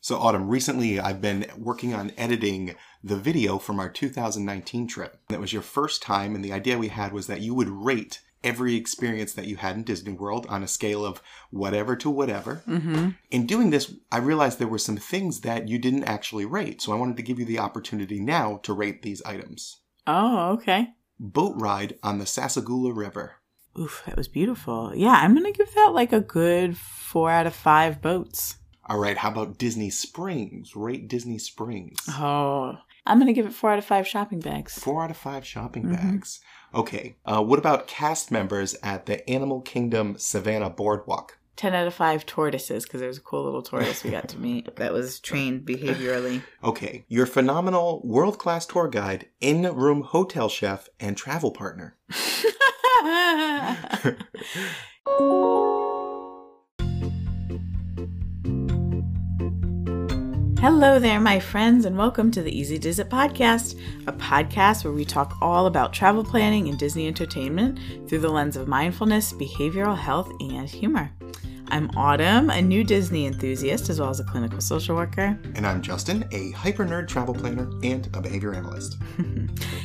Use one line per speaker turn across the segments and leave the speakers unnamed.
So, Autumn, recently I've been working on editing the video from our 2019 trip. That was your first time, and the idea we had was that you would rate every experience that you had in Disney World on a scale of whatever to whatever.
Mm-hmm.
In doing this, I realized there were some things that you didn't actually rate, so I wanted to give you the opportunity now to rate these items.
Oh, okay.
Boat ride on the Sasagula River.
Oof, that was beautiful. Yeah, I'm gonna give that like a good four out of five boats.
All right, how about Disney Springs? Rate Disney Springs.
Oh, I'm gonna give it four out of five shopping bags.
Four out of five shopping
Mhm.
bags. Okay, uh, what about cast members at the Animal Kingdom Savannah Boardwalk?
Ten out of five tortoises because there was a cool little tortoise we got to meet that was trained behaviorally.
Okay, your phenomenal world class tour guide, in room hotel chef, and travel partner.
Hello there, my friends, and welcome to the Easy Diz It podcast, a podcast where we talk all about travel planning and Disney entertainment through the lens of mindfulness, behavioral health, and humor. I'm Autumn, a new Disney enthusiast as well as a clinical social worker.
And I'm Justin, a hyper nerd travel planner and a behavior analyst.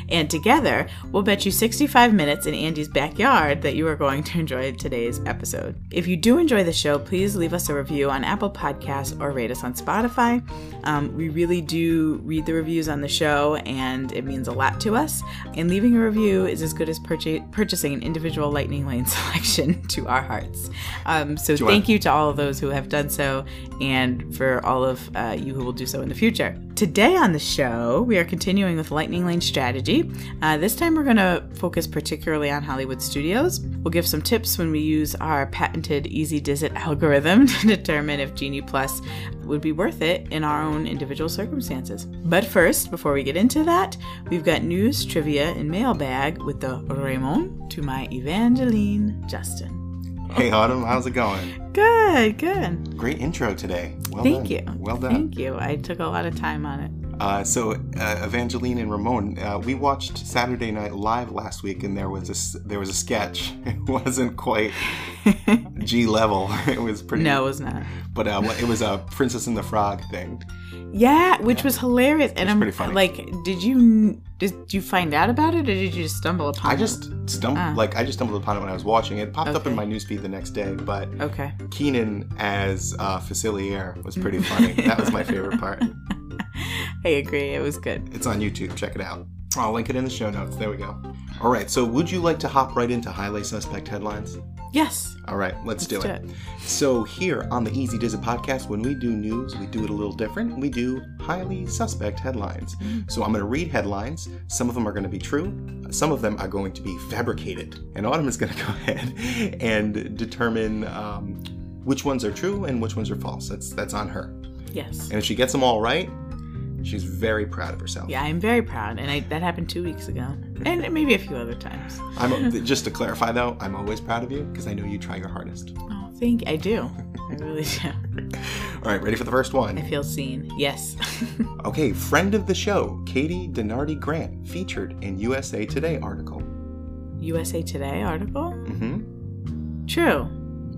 And together, we'll bet you 65 minutes in Andy's backyard that you are going to enjoy today's episode. If you do enjoy the show, please leave us a review on Apple Podcasts or rate us on Spotify. Um, we really do read the reviews on the show, and it means a lot to us. And leaving a review is as good as purcha- purchasing an individual Lightning Lane selection to our hearts. Um, so
Do I-
thank you to all of those who have done so and for all of uh, you who will do so in the future. Today on the show, we are continuing with Lightning Lane strategy. Uh, this time, we're going to focus particularly on Hollywood studios. We'll give some tips when we use our patented Easy Dizit algorithm to determine if Genie Plus would be worth it in our own individual circumstances. But first, before we get into that, we've got news, trivia, and mailbag with the Raymond to my Evangeline Justin.
Hey, Autumn, how's it going?
Good, good.
Great intro today. Well
Thank
done.
you.
Well done.
Thank you. I took a lot of time on it.
Uh, so, uh, Evangeline and Ramon, uh, we watched Saturday Night Live last week, and there was a s- there was a sketch. It wasn't quite G level. It was pretty.
No, it was not.
But uh, it was a Princess and the Frog thing.
Yeah, which was hilarious. And I'm
pretty funny.
like, did you did you find out about it, or did you just stumble upon
I
it?
just stumbled
Ah.
like I just stumbled upon it when I was watching it. It popped up in my
Okay.
newsfeed the next day, but
okay.
Keenan as uh, Facilier was pretty funny. that was my favorite part.
I agree. It was good.
It's on YouTube. Check it out. I'll link it in the show notes. There we go. All right. So, would you like to hop right into highlight suspect headlines?
Yes.
All right. Let's, do,
let's
it. So, here on the Easy Dizzy podcast, when we do news, we do it a little different. We do highly suspect headlines. So, I'm going to read headlines. Some of them are going to be true. Some of them are going to be fabricated. And Autumn is going to go ahead and determine um, which ones are true and which ones are false. That's that's on her.
Yes.
And if she gets them all right, she's very proud of herself.
Yeah, I'm very proud, and I, that happened two weeks ago,
Mm-hmm.
and maybe a few other times.
I'm just to clarify though, I'm always proud of you because I know you try your hardest.
Oh, thank. I do. I really do.
All right, ready for the first
I
one?
feel seen. Yes.
Okay, friend of the show, Katie Denardi Grant, featured in USA Today article.
USA Today article.
Mm-hmm.
True.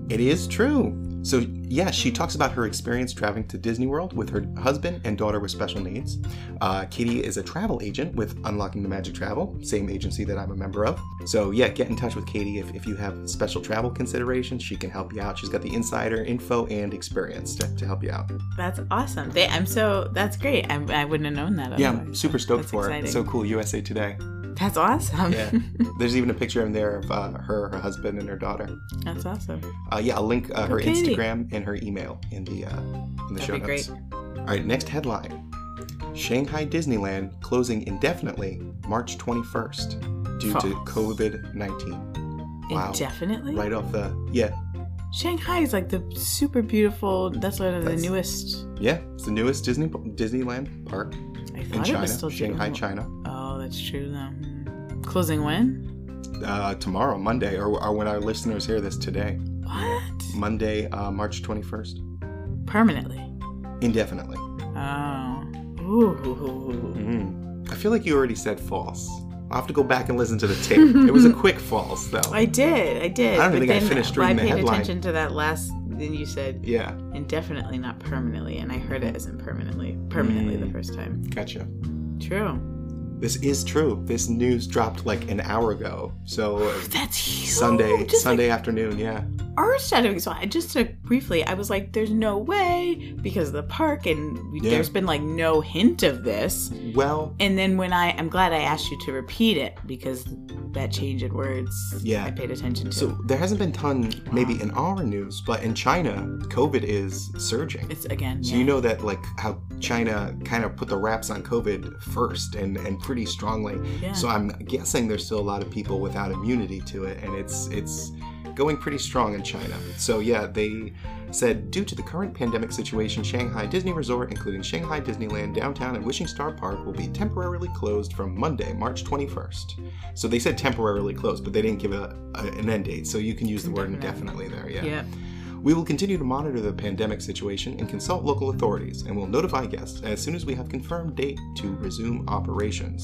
It is true. So yeah, she talks about her experience traveling to Disney World with her husband and daughter with special needs. Uh, Katie is a travel agent with Unlocking the Magic Travel, same agency that I'm a member of. So yeah, get in touch with Katie if, if you have special travel considerations. She can help you out. She's got the insider info and experience to, to help you out.
That's awesome. They, I'm so. That's great. I, I wouldn't have known that.
Yeah, I'm
otherwise.
super stoked
That's
for it.
exciting.
So cool, USA Today.
That's awesome.
Yeah. There's even a picture in there of uh, her, her husband, and her daughter.
That's awesome.
Uh, yeah, I'll link uh, her
Okay.
Instagram and her email in the uh, in the
That'd
show
be
notes.
great.
All right, next headline: Shanghai Disneyland closing indefinitely March 21st due to
False.
COVID 19. Wow.
Indefinitely.
Right off the yeah
Shanghai is like the super beautiful. That's one of the
That's-
newest.
yeah it's the newest Disney Disneyland park
I
in
thought it
China,
was still
Shanghai,
beautiful.
China.
Oh, that's true. Though. Hmm. Closing when?
Uh, tomorrow, Monday, or, or when our listeners hear this today,
What?
Monday, uh, March 21st,
Permanently.
indefinitely.
Oh. Ooh. Hmm.
Mm. I feel like you already said false. I'll have to go back and listen to the tape. it was a quick false, though.
I did. I did.
I don't
but
think I
then
finished
I
reading the
paid
headline.
attention to that last Then you said
Yeah,
indefinitely, not permanently, and I heard it as impermanently. Permanently
Mm.
the first time.
gotcha.
True.
This is true. This news dropped like an hour ago. So uh,
That's huge.
Sunday,
Just
Sunday afternoon. Yeah.
earth-shattering. So I just took briefly. I was like, "There's no way," because of the park, and we
Yeah.
there's been like no hint of this.
Well,
And then when I, I'm glad I asked you to repeat it because that change in words,
Yeah.
I paid attention to.
so there hasn't been ton maybe in our news, but in China, COVID is surging.
it's again.
So
yeah.
you know that like how China kind of put the wraps on COVID first and and pretty strongly.
Yeah.
So I'm guessing there's still a lot of people without immunity to it, and it's it's going pretty strong in China. So yeah, they said due to the current pandemic situation, Shanghai Disney Resort, including Shanghai Disneyland Downtown and Wishing Star Park, will be temporarily closed from Monday, March 21st. So they said temporarily closed, but they didn't give a, a an end date. So you can use the word
Indefinitely.
indefinitely there.
Yep.
We will continue to monitor the pandemic situation and consult local authorities, and will notify guests as soon as we have confirmed date to resume operations.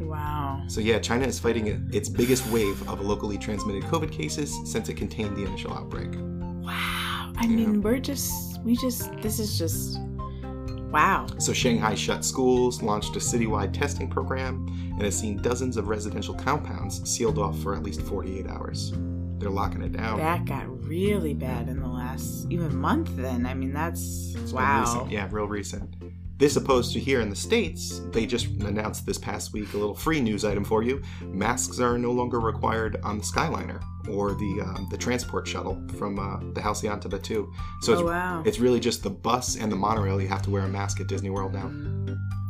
Wow.
So yeah, China is fighting it- its biggest wave of locally transmitted COVID cases since it contained the initial outbreak.
Wow. I mean, we're just, we just, this is just, wow.
So Shanghai shut schools, launched a citywide testing program, and has seen dozens of residential compounds sealed off for at least 48 hours. They're locking it down.
That got really bad in the last even month. Then I mean, that's
It's been
wow.
recent. Yeah, real recent. This opposed to here in the States, they just announced this past week a little free news item for you. Masks are no longer required on the Skyliner or the um, the transport shuttle from uh, the Halcyon to Batu. So it's,
Oh wow.
it's really just the bus and the monorail you have to wear a mask at Disney World now.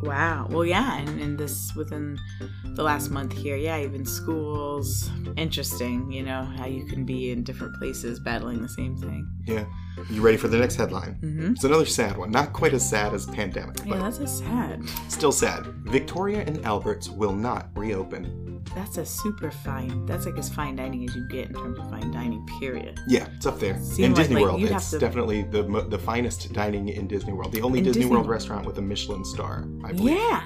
Wow. Well, yeah, and, and this within the last month here, yeah, even schools. Interesting, you know, how you can be in different places battling the same thing.
Yeah. You ready for the next headline?
Mm-hmm.
It's another sad one. Not quite as sad as pandemic, but
Yeah, that's a sad.
still sad. Victoria and Alberts will not reopen.
That's a super fine. That's like as fine dining as you get in terms of fine dining. Period.
Yeah, it's up there.
Seemed
in
like-
Disney
like,
World,
you'd have
it's
to-
definitely the mo- the finest dining in Disney World. The only
In
Disney,
Disney-
World restaurant with a Michelin star, I believe.
Yeah,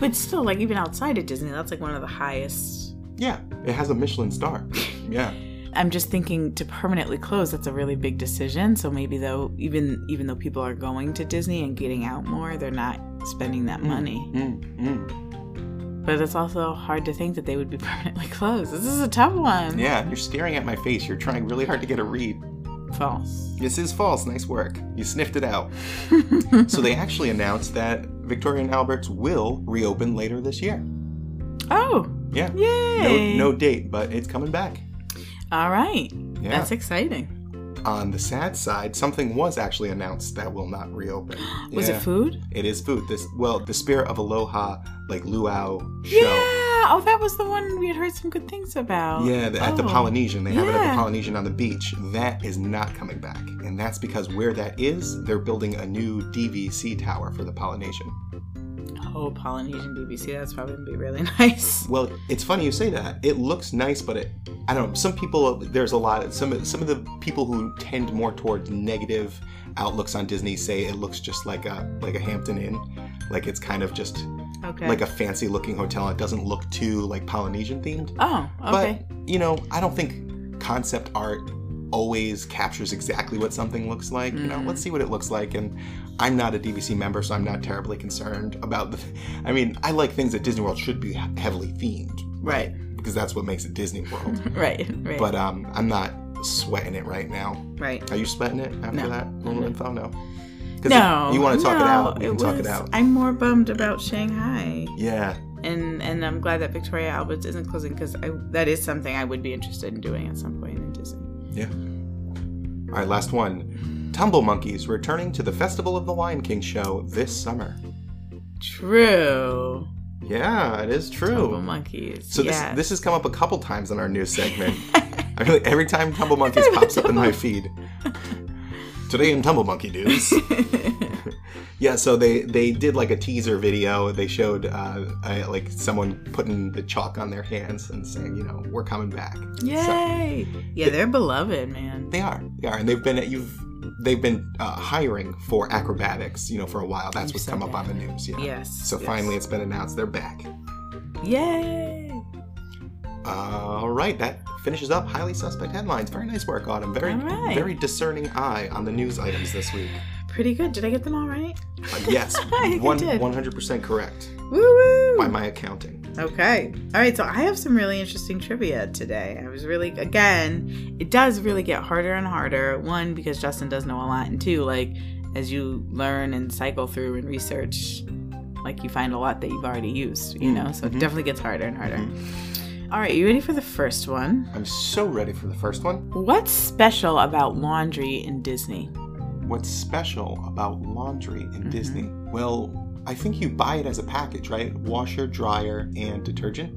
but still, like even outside of Disney, that's like one of the highest.
Yeah, it has a Michelin star. yeah.
I'm just thinking to permanently close. That's a really big decision. So maybe though, even even though people are going to Disney and getting out more, they're not spending that money.
Mm, mm.
But it's also hard to think that they would be permanently closed. This is a tough one.
Yeah, you're staring at my face. You're trying really hard to get a read.
False.
This is false. Nice work. You sniffed it out. so they actually announced that Victoria and Alberts will reopen later this year.
Oh,
Yeah.
yay!
No, no date, but it's coming back.
All right.
Yeah.
That's exciting.
On the sad side, something was actually announced that will not reopen.
Was
Yeah.
it food?
It is food. This well, the spirit of Aloha, like luau show.
Yeah. Oh, that was the one we had heard some good things about.
Yeah, the- at the
Oh.
Polynesian, they have it at
Yeah.
the Polynesian on the beach. That is not coming back, and that's because where that is, they're building a new DVC tower for the Polynesian.
Oh, Polynesian BBC. That's probably gonna be really nice.
Well, it's funny you say that. It looks nice, but it, I don't know. Some people, there's a lot. Some some of the people who tend more towards negative outlooks on Disney say it looks just like a like a Hampton Inn, like it's kind of just
Okay.
like a fancy looking hotel. It doesn't look too like Polynesian themed.
oh, okay.
But you know, I don't think concept art always captures exactly what something looks like. You know,
Mm.
let's see what it looks like. And I'm not a DVC member, so I'm not terribly concerned about the. I mean, I like things that Disney World should be heavily themed
right.
because that's what makes it Disney World.
Right. Right.
but um, I'm not sweating it right now.
right.
Are you sweating it after
No.
that little info? No. 'Cause
No.
if you want to talk
no,
it out? We can talk it
was-
out.
I'm more bummed about Shanghai.
Yeah.
and and I'm glad that Victoria Alberts isn't closing because that is something I would be interested in doing at some point in Disney.
All right, last one. Tumble Monkeys returning to the Festival of the Lion King show this summer.
True.
Yeah, it is true.
Tumble monkeys.
So
yeah.
this this has come up a couple times in our news segment. I feel like every time Tumble Monkeys pops up in my feed. Today in Tumble Monkey News. yeah, so they they did like a teaser video. They showed uh, uh, like someone putting the chalk on their hands and saying, you know, we're coming back. So-
Yay! Yeah, they're beloved, man.
they are. They are, and they've been you've they've been uh, hiring for acrobatics, you know, for a while. That's
You
what's
said
come up on
that.
the news. Yeah.
Yes.
So
yes.
finally, it's been announced they're back.
Yay!
All right, that finishes up highly suspect headlines. Very nice work, Autumn. Very,
All right.
very discerning eye on the news items this week.
Pretty good. Did I get them all right?
Uh, yes,
think you
one,
did.
100% correct
Woo woo!
by my accounting.
Okay. All right. So I have some really interesting trivia today. I was really, again, it does really get harder and harder. One, because Justin does know a lot. And two, like, as you learn and cycle through and research, like, you find a lot that you've already used, you
Mm,
know? So
mhm.
it definitely gets harder and harder.
Mm-hmm.
All right. You ready for the first one?
I'm so ready for the first one.
What's special about laundry in Disney?
What's special about laundry in
Mhm.
Disney? Well, I think you buy it as a package, right? Washer, dryer, and detergent.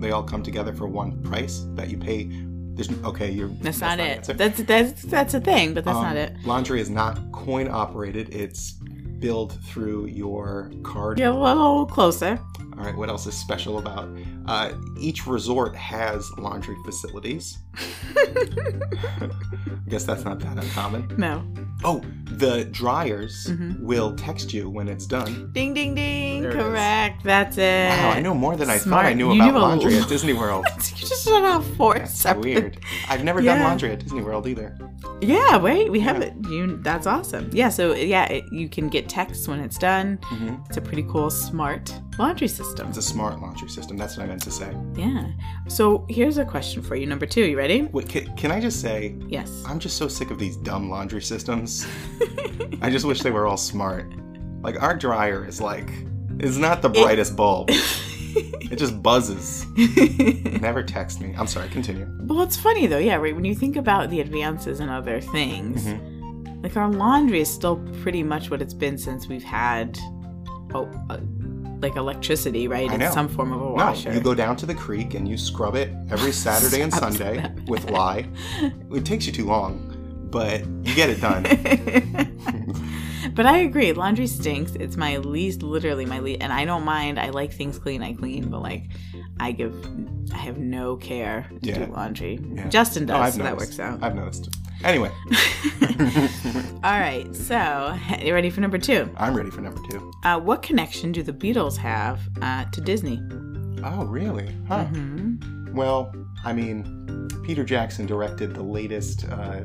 They all come together for one price that you pay. There's okay, you're
That's, not,
the
it.
answer.
That's, that's, that's a thing, but that's
Um,
not it.
Laundry is not coin operated. It's billed through your card.
Get a little closer.
All right, what else is special about? Uh, each resort has laundry facilities. I guess that's not that uncommon.
No.
Oh, the dryers
Mhm.
will text you when it's done.
Ding, ding, ding.
There it is.
Correct. That's it.
Wow, I know more than I
Eh, Smart.
thought I knew
You
about
knew a
laundry
lot.
at Disney World.
you just don't have four
That's
separate.
weird. I've never done
Yeah.
laundry at Disney World either.
Yeah, wait, we
Yeah.
have it. You, that's awesome. Yeah, so yeah, it, you can get texts when it's done.
hmm
It's a pretty cool, smart laundry system.
It's a smart laundry system. That's what I meant to say.
Yeah. So here's a question for you, number two. You ready?
Wait, can, can I just say
Yes.
I'm just so sick of these dumb laundry systems. I just wish they were all smart. Like our dryer is like it's not the brightest bulb. it just buzzes. Never text me. I'm sorry, continue.
well, it's funny though. Yeah, right. When you think about the advances in other things,
Mhm.
like our laundry is still pretty much what it's been since we've had, oh, uh, like electricity, right?
I
It's
know.
some form of a
No,
washer.
you go down to the creek and you scrub it every Saturday and
Sounds
Sunday
bad.
with lye. It takes you too long, but you get it done.
but I agree. Laundry stinks. It's my least, literally my least, and I don't mind. I like things clean. I clean, but like, I give, I have no care to
Yeah.
do laundry.
Yeah.
Justin
No, I've
does, so that
noticed.
works out.
I've noticed. Anyway,
All right, so you ready for number two?
I'm ready for number two.
Uh, what connection do the Beatles have uh, to Disney?
Oh, really? Huh.
hmm
Mm-hmm. Well, I mean, Peter Jackson directed the latest uh,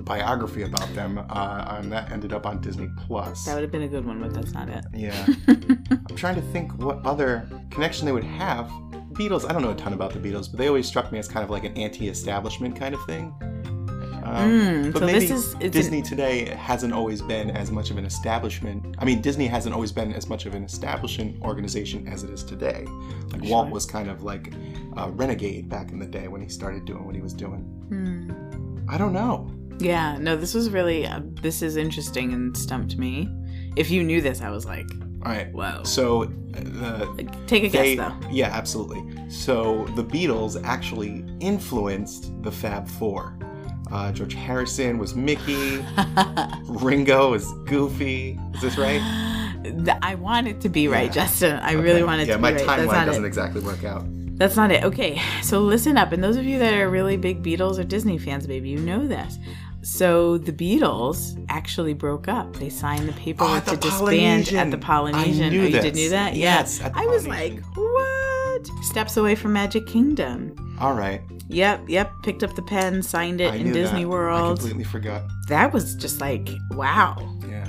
biography about them, uh, and that ended up on Disney Plus.
That would have been a good one, but that's not it.
Yeah, I'm trying to think what other connection they would have. Beatles. I don't know a ton about the Beatles, but they always struck me as kind of like an anti-establishment kind of thing. Um,
Mm,
but
so
maybe
this is it's an-
Disney today hasn't always been as much of an establishment. I mean, Disney hasn't always been as much of an establishing organization as it is today. Like Walt
Sure.
was kind of like a renegade back in the day when he started doing what he was doing.
Hmm.
I don't know.
Yeah, no, this was really uh, this is interesting and stumped me. If you knew this, I was like,
All right.
whoa.
So uh, the
Like, Take a
they,
guess though.
yeah, absolutely. So the Beatles actually influenced the Fab Four. Uh, George Harrison was Mickey. Ringo is Goofy. Is this right?
Th- I want it to be right,
Yeah.
Justin. I really want it
yeah,
to be
my
right. That's
timeline
not
doesn't
it.
exactly work out.
That's not it. Okay, so listen up. And those of you that are really big Beatles or Disney fans, baby, you know this. So the Beatles actually broke up. They signed the paperwork
Oh, the
to disband at
Polynesian.
the Polynesian.
I knew
oh, you
this.
did knew that?
Yes,
Yeah.
at the
I was like,
Polynesian.
what? Steps away from Magic Kingdom.
All right.
Yep, yep. Picked up the pen, signed it
I
in
knew
Disney
that. I
World.
completely forgot.
That was just like, wow,
Yeah.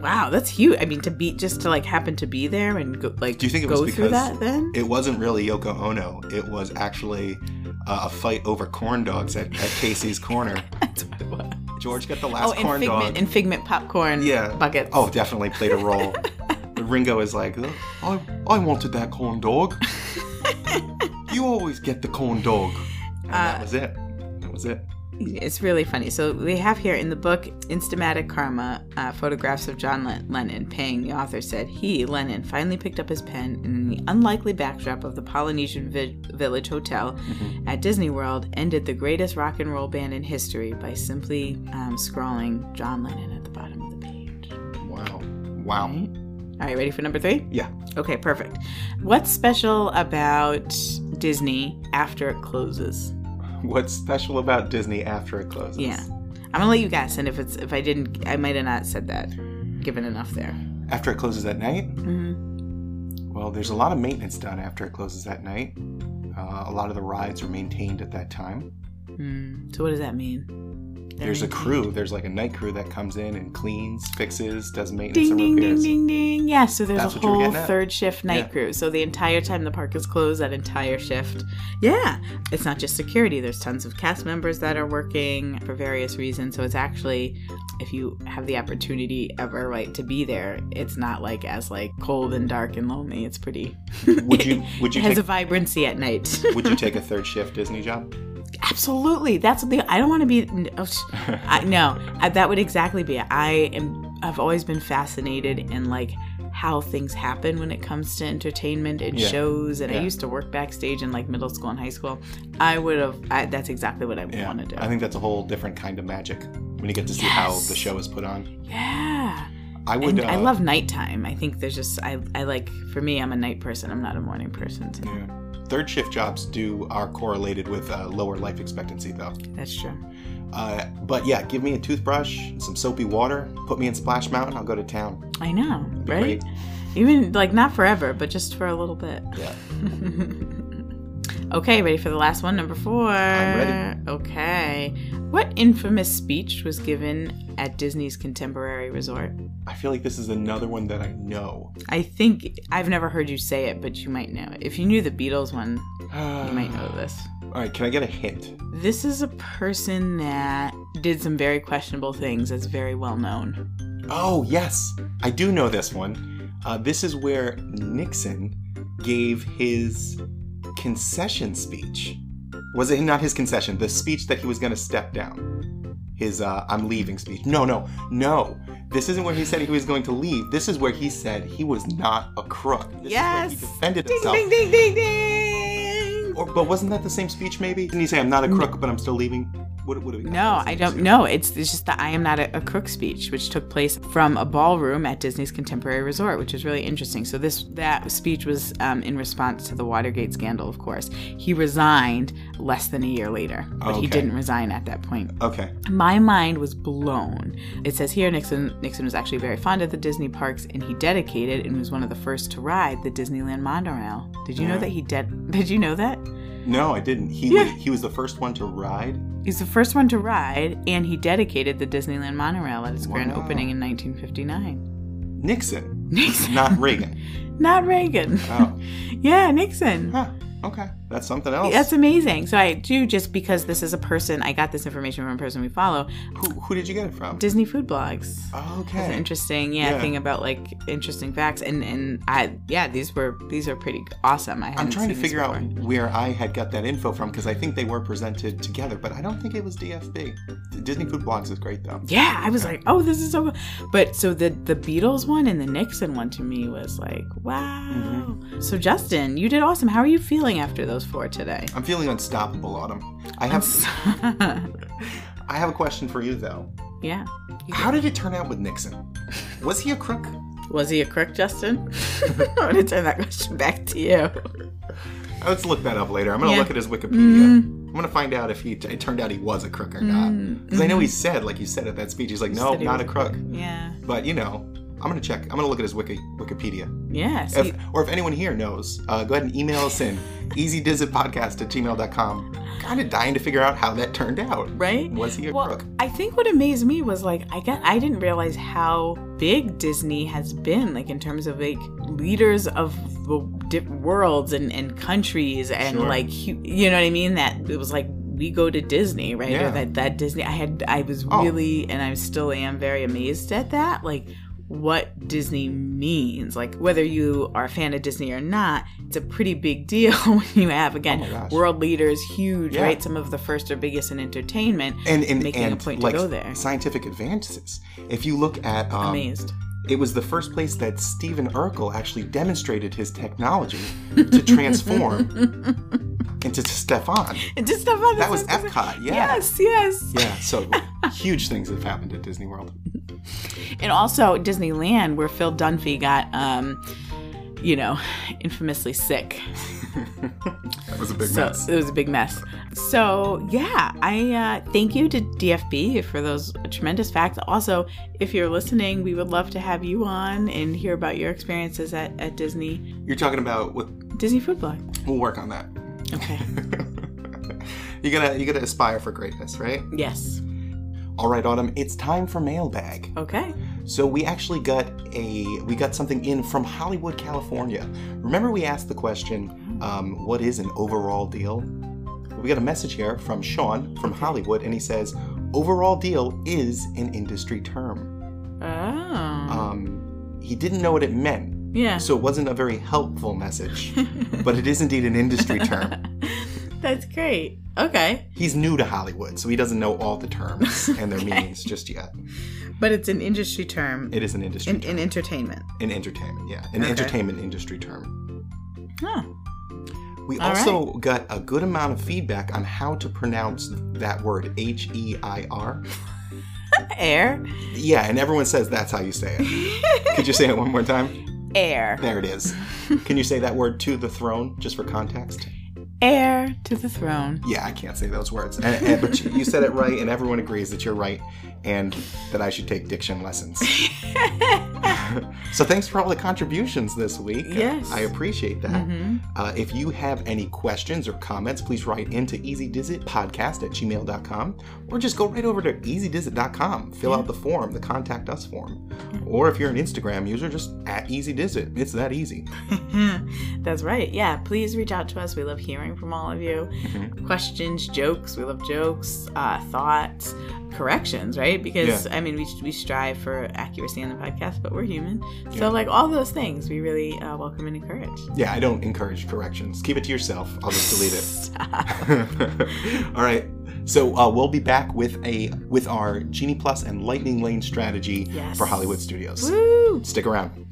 wow, that's huge. I mean, to be just to like happen to be there and go, like,
Do you think it was
go through
because-
that then?
It wasn't really Yoko Ono. It was actually uh, a fight over corn dogs at, at Casey's Corner.
That's what it was.
George got the last
Oh, and
corn
figment
dog.
and figment popcorn
Yeah.
buckets.
Oh, definitely played a role. But Ringo is like, "Uh, I, I wanted that corn dog. you always get the corn dog. And that
Uh,
was it. That was it.
It's really funny. So we have here in the book Instamatic Karma uh, photographs of John Len- Lennon paying. The author said he, Lennon, finally picked up his pen in the unlikely backdrop of the Polynesian vi- Village Hotel
Mm-hmm.
at Disney World ended the greatest rock and roll band in history by simply um, scrawling John Lennon at the bottom of the page.
Wow. Wow.
Right? All right, ready for number three?
Yeah.
Okay, perfect. What's special about Disney after it closes?
What's special about Disney after it closes?
Yeah. I'm gonna let you guess, and if it's if I didn't, I might have not said that, given enough there.
After it closes at night?
Mm-hmm.
Well, there's a lot of maintenance done after it closes at night. Uh, a lot of the rides are maintained at that time.
Hmm. So what does that mean? They're
There's a
maintained.
crew. There's like a night crew that comes in and cleans, fixes, does maintenance
Ding
and
ding ding
repairs.
ding ding. Yeah, so there's
That's
a
what you were
whole
getting at.
third shift night
Yeah.
crew. So the entire time the park is closed, that entire shift. Yeah, it's not just security. There's tons of cast members that are working for various reasons. So it's actually, if you have the opportunity ever right to be there, it's not like as like cold and dark and lonely. It's pretty.
Would you would
It
you
has
take,
a vibrancy at night.
would you take a third shift Disney job?
Absolutely. That's what the. I don't want to be. Oh, sh- I, no, I, that would exactly be it. I am. I've always been fascinated in like how things happen when it comes to entertainment and
Yeah.
shows. And I
Yeah.
used to work backstage in like middle school and high school. I would have. I, that's exactly what I would
Yeah.
want to do.
I think that's a whole different kind of magic when you get to see how
Yes.
the show is put on.
yeah.
I would.
And
uh,
I love nighttime. I think there's just. I. I like. For me, I'm a night person. I'm not a morning person. So
Yeah. Third shift jobs do are correlated with uh, lower life expectancy, though.
that's true.
Uh, but yeah, give me a toothbrush, some soapy water, put me in Splash Mountain, I'll go to town.
I know,
Be
right?
great.
Even like not forever, but just for a little bit.
Yeah.
okay, ready for the last one, number four.
I'm
ready. Okay. What infamous speech was given at Disney's Contemporary Resort?
I feel like this is another one that I know.
I think I've never heard you say it, but you might know it. If you knew the Beatles one,
you
you might know this.
All right, can I get a hint?
This is a person that did some very questionable things that's very well known.
Oh, yes, I do know this one. Uh, this is where Nixon gave his concession speech. Was it not his concession? The speech that he was going to step down. His uh, I'm leaving speech. No, no, no. This isn't where he said he was going to leave. This is where he said he was not a crook. This
yes.
Is where he defended
ding,
himself.
ding, ding, ding, ding.
Or, but wasn't that the same speech? Maybe didn't he say, "I'm not a crook, but I'm still leaving"? What? What do we? got?
No,
That's
I
it.
don't know. It's, it's just the I am not a, a crook speech, which took place from a ballroom at Disney's Contemporary Resort, which is really interesting. So this that speech was um, in response to the Watergate scandal, of course. He resigned less than a year later, but he
Okay.
didn't resign at that point.
Okay.
My mind was blown. It says here Nixon Nixon was actually very fond of the Disney parks, and he dedicated and was one of the first to ride the Disneyland monorail. Did you know
Yeah.
that he did? Did you know that?
No, I didn't. He
Yeah.
he was the first one to ride.
He's the first one to ride, and he dedicated the Disneyland monorail at its grand
Wow.
opening in 1959.
Nixon,
Nixon, not,
not Reagan.
Reagan.
Oh,
yeah, Nixon.
huh. Okay, that's something else.
That's amazing. So I do just because this is a person. I got this information from a person we follow.
who, who did you get it from?
Disney food blogs. That's an
okay.
interesting, yeah,
Yeah.
thing about like interesting facts, and and I, yeah, these were these are pretty awesome. I
I'm
hadn't
trying to
seen these
figure out
before.
where I had got that info from because I think they were presented together, but I don't think it was DFB. D- Disney Food Blogs is great though.
Yeah, I was like, oh, this is so. cool. But so the the Beatles one and the Nixon one to me was like,
Mm-hmm.
wow. So Justin, you did awesome. How are you feeling after those four today?
I'm feeling unstoppable, Autumn. I have I have a question for you though.
yeah.
How did it turn out with Nixon? Was he a crook?
Was he a crook, Justin? I'm gonna turn that question back to you.
Let's look that up later. I'm gonna
Yeah. Mm.
look at his Wikipedia. I'm gonna find out if he it turned out he was a crook or not. Because I know he said, like you said at that speech, he's like, no,
said Mm, he
not a
was a
crook.
Yeah.
But you know, I'm gonna check. I'm gonna look at his wiki, Wikipedia.
Yeah. So
If, or if anyone here knows, uh, go ahead and email us in easydizitpodcast at gmail.com. Kind of dying to figure out how that turned out.
right?
Was he a
Well,
crook?
I think what amazed me was like I get I didn't realize how big Disney has been like in terms of like leaders of the di- worlds and and countries and
Sure.
like hu- you know what I mean that it was like we go to Disney right
Yeah.
or that that Disney I had I was
Oh.
really and I still am very amazed at that like what Disney means like whether you are a fan of Disney or not it's a pretty big deal when you have again
Oh my gosh.
world leaders huge
Yeah.
right some of the first or biggest in entertainment
And and,
making a
and
point to
like
go there.
scientific advances. If you look at um,
amazed.
It was the first place that Steven Urkel actually demonstrated his technology to transform into Stefan.
And just stuff on
That was Epcot, yeah.
Yes, yes.
Yeah, so huge things have happened at Disney World.
And also Disneyland, where Phil Dunphy got, um, you know, infamously sick.
That was a big
So it was a big mess. So yeah, I uh, thank you to DFB for those tremendous facts. Also, if you're listening, we would love to have you on and hear about your experiences at, at Disney
You're talking about what
Disney Food Blog.
we'll work on that.
Okay.
You gotta you gotta aspire for greatness, right?
yes.
All right, Autumn, it's time for mailbag.
Okay.
So we actually got a we got something in from Hollywood, California. Remember we asked the question, um, what is an overall deal? We got a message here from Sean from Hollywood, and he says, overall deal is an industry term.
Oh.
Um, he didn't know what it meant,
yeah.
so it wasn't a very helpful message. but it is indeed an industry term.
That's great. Okay.
He's new to Hollywood, so he doesn't know all the terms and their
Okay.
meanings just yet.
But it's an industry term
It is an industry
in,
term.
in entertainment.
An entertainment, yeah. An
Okay.
entertainment industry term.
Oh.
We
All
also got a good amount of feedback on how to pronounce that word, H E I R.
Air.
Yeah, and everyone says that's how you say it. Could you say it one more time?
Air.
There it is. Can you say that word to the throne, just for context?
Heir to the throne.
Yeah, I can't say those words. And, and- but you, you said it right, and everyone agrees that you're right and that I should take diction lessons. so thanks for all the contributions this week.
Yes.
I appreciate that. Uh, if you have any questions or comments, please write into easydizitpodcast at gmail.com or just go right over to easydizit.com. Fill out the form, the contact us form. Or if you're an Instagram user, just at easydizit. It's that easy.
That's right. Yeah. Please reach out to us. We love hearing from all of you.
Mm-hmm.
Questions, jokes. We love jokes, uh, thoughts, corrections, right? Because, I mean, we, we strive for accuracy on the podcast, but we're human. So,
Yeah.
like, all those things we really uh, welcome and encourage.
Yeah, I don't encourage corrections. Keep it to yourself. I'll just delete it.
Stop.
All right. So uh, we'll be back with a with our Genie Plus and Lightning Lane strategy
Yes.
for Hollywood Studios.
Woo!
Stick around.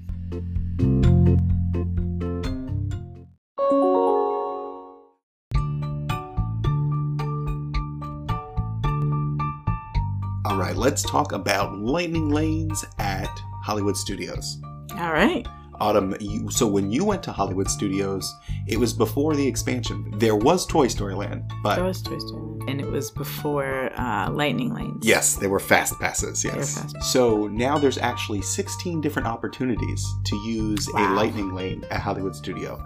All right, let's talk about lightning lanes at Hollywood Studios.
All right.
Autumn, you, so when you went to Hollywood Studios, it was before the expansion. There was Toy Story Land, but
That was Toy Story. And it was before uh, Lightning Lanes.
Yes, they were fast passes.
were
Yes.
fast.
So now there's actually 16 different opportunities to use a
Wow.
lightning lane at Hollywood Studio.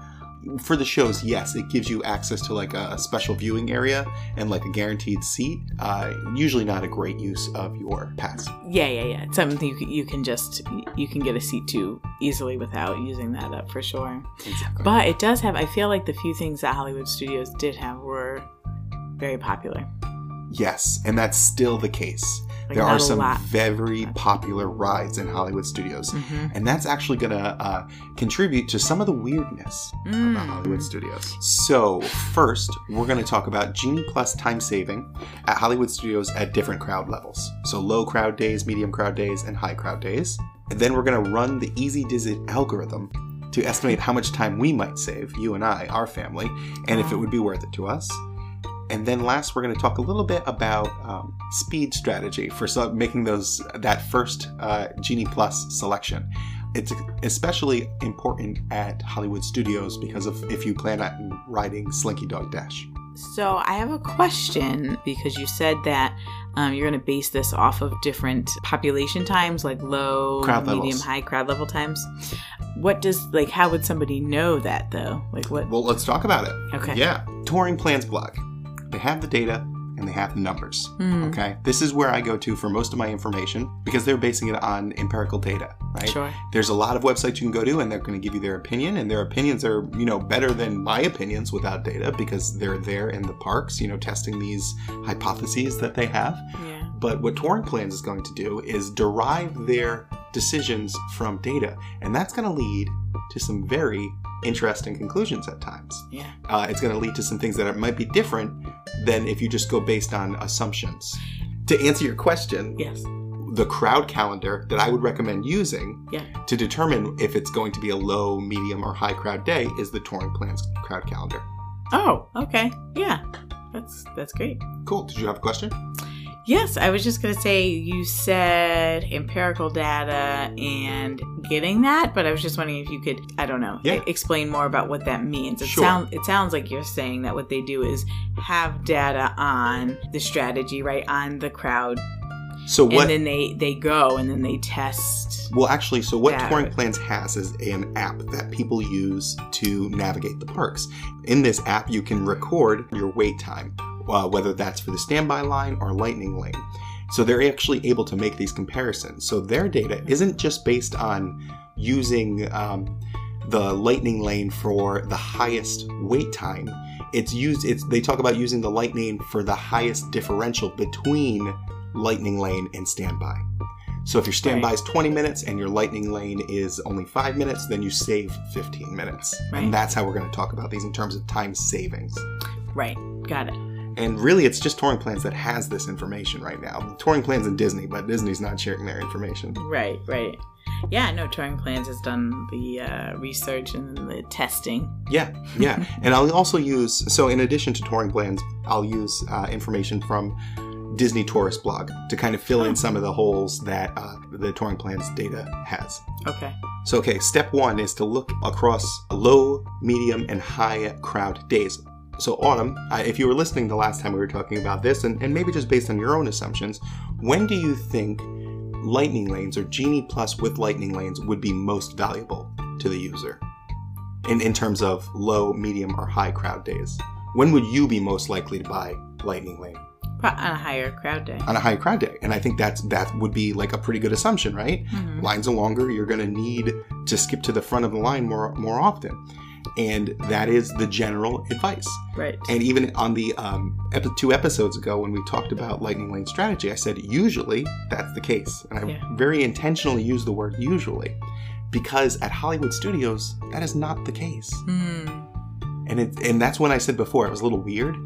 For the shows, yes, it gives you access to like a, a special viewing area and like a guaranteed seat. Uh, usually not a great use of your pass.
Yeah, yeah, yeah. It's something you, can- you can just, you can get a seat to easily without using that up for sure.
Exactly.
But it does have, I feel like the few things that Hollywood studios did have were very popular.
yes, and that's still the case.
Like,
there
not
are
a
some
lot.
very popular rides in Hollywood Studios.
Mm-hmm.
And that's actually going to uh, contribute to some of the weirdness of the
Mm.
Hollywood Studios. So, first, we're going to talk about Genie Plus time saving at Hollywood Studios at different crowd levels. So, low crowd days, medium crowd days, and high crowd days. And then we're going to run the Easy Dizit algorithm to estimate how much time we might save, you and I, our family, and if it would be worth it to us. And then last, we're going to talk a little bit about um, speed strategy for so- making those that first uh, Genie Plus selection. It's especially important at Hollywood studios because of if you plan on riding Slinky Dog Dash.
So I have a question because you said that um, you're going to base this off of different population times, like low,
Crowd
medium,
levels.
high crowd level times. What does like? How would somebody know that though? Like what?
Well, let's talk about it.
Okay.
Yeah. Touring plans blog. They have the data and they have the numbers.
Hmm,
Okay. This is where I go to for most of my information because they're basing it on empirical data, right?
Sure.
There's a lot of websites you can go to and they're going to give you their opinion and their opinions are, you know, better than my opinions without data because they're there in the parks, you know, testing these hypotheses that they have.
Yeah.
But what Touring Plans is going to do is derive their decisions from data, and that's going to lead to some very interesting conclusions at times.
Yeah.
Uh, it's going to lead to some things that are- might be different than if you just go based on assumptions. To answer your question,
Yes.
the crowd calendar that I would recommend using
Yeah.
to determine if it's going to be a low, medium, or high crowd day is the Touring Plans crowd calendar.
Oh. Okay. Yeah. That's that's great.
Cool. Did you have a question?
Yes, I was just going to say you said empirical data and getting that, but I was just wondering if you could, I don't know,
Yeah.
e- explain more about what that means. It
Sure.
sound it sounds like you're saying that what they do is have data on the strategy, right? On the crowd
So what?
and then they they go and then they test.
well, actually, so what
Yeah.
Touring Plans has is an app that people use to navigate the parks. In this app, you can record your wait time, uh, whether that's for the standby line or lightning lane. So they're actually able to make these comparisons. So their data isn't just based on using um, the lightning lane for the highest wait time. It's used. It's they talk about using the lightning for the highest differential between lightning lane and standby. So if your standby
Right.
is 20 minutes and your lightning lane is only five minutes, then you save 15 minutes,
Right.
and that's how we're going to talk about these in terms of time savings.
Right. Got it.
And really, it's just Touring Plans that has this information right now. Touring Plans and Disney, but Disney's not sharing their information.
Right. Right. Yeah. No. Touring Plans has done the uh, research and the testing.
Yeah, yeah. and I'll also use, so in addition to Touring Plans, I'll use uh, information from Disney Tourist Blog to kind of fill in some of the holes that uh, the Touring Plans data has.
Okay.
So, okay, step one is to look across low, medium, and high crowd days. So, Autumn, uh, if you were listening the last time we were talking about this, and, and maybe just based on your own assumptions, when do you think Lightning Lanes or Genie Plus with Lightning Lanes would be most valuable to the user in, in terms of low, medium, or high crowd days? When would you be most likely to buy Lightning Lane?
Pro- on a higher crowd day.
On a high crowd day. And I think that's, that would be like a pretty good assumption, right?
Mhm.
lines are longer you're going to need to skip to the front of the line more more often and that is the general advice
Right.
and even on the um, epi- two episodes ago when we talked about lightning lane strategy i said usually that's the case and i
Yeah.
very intentionally use the word usually because at hollywood studios that is not the case
Hmm.
and it, and that's when I said before it was a little weird.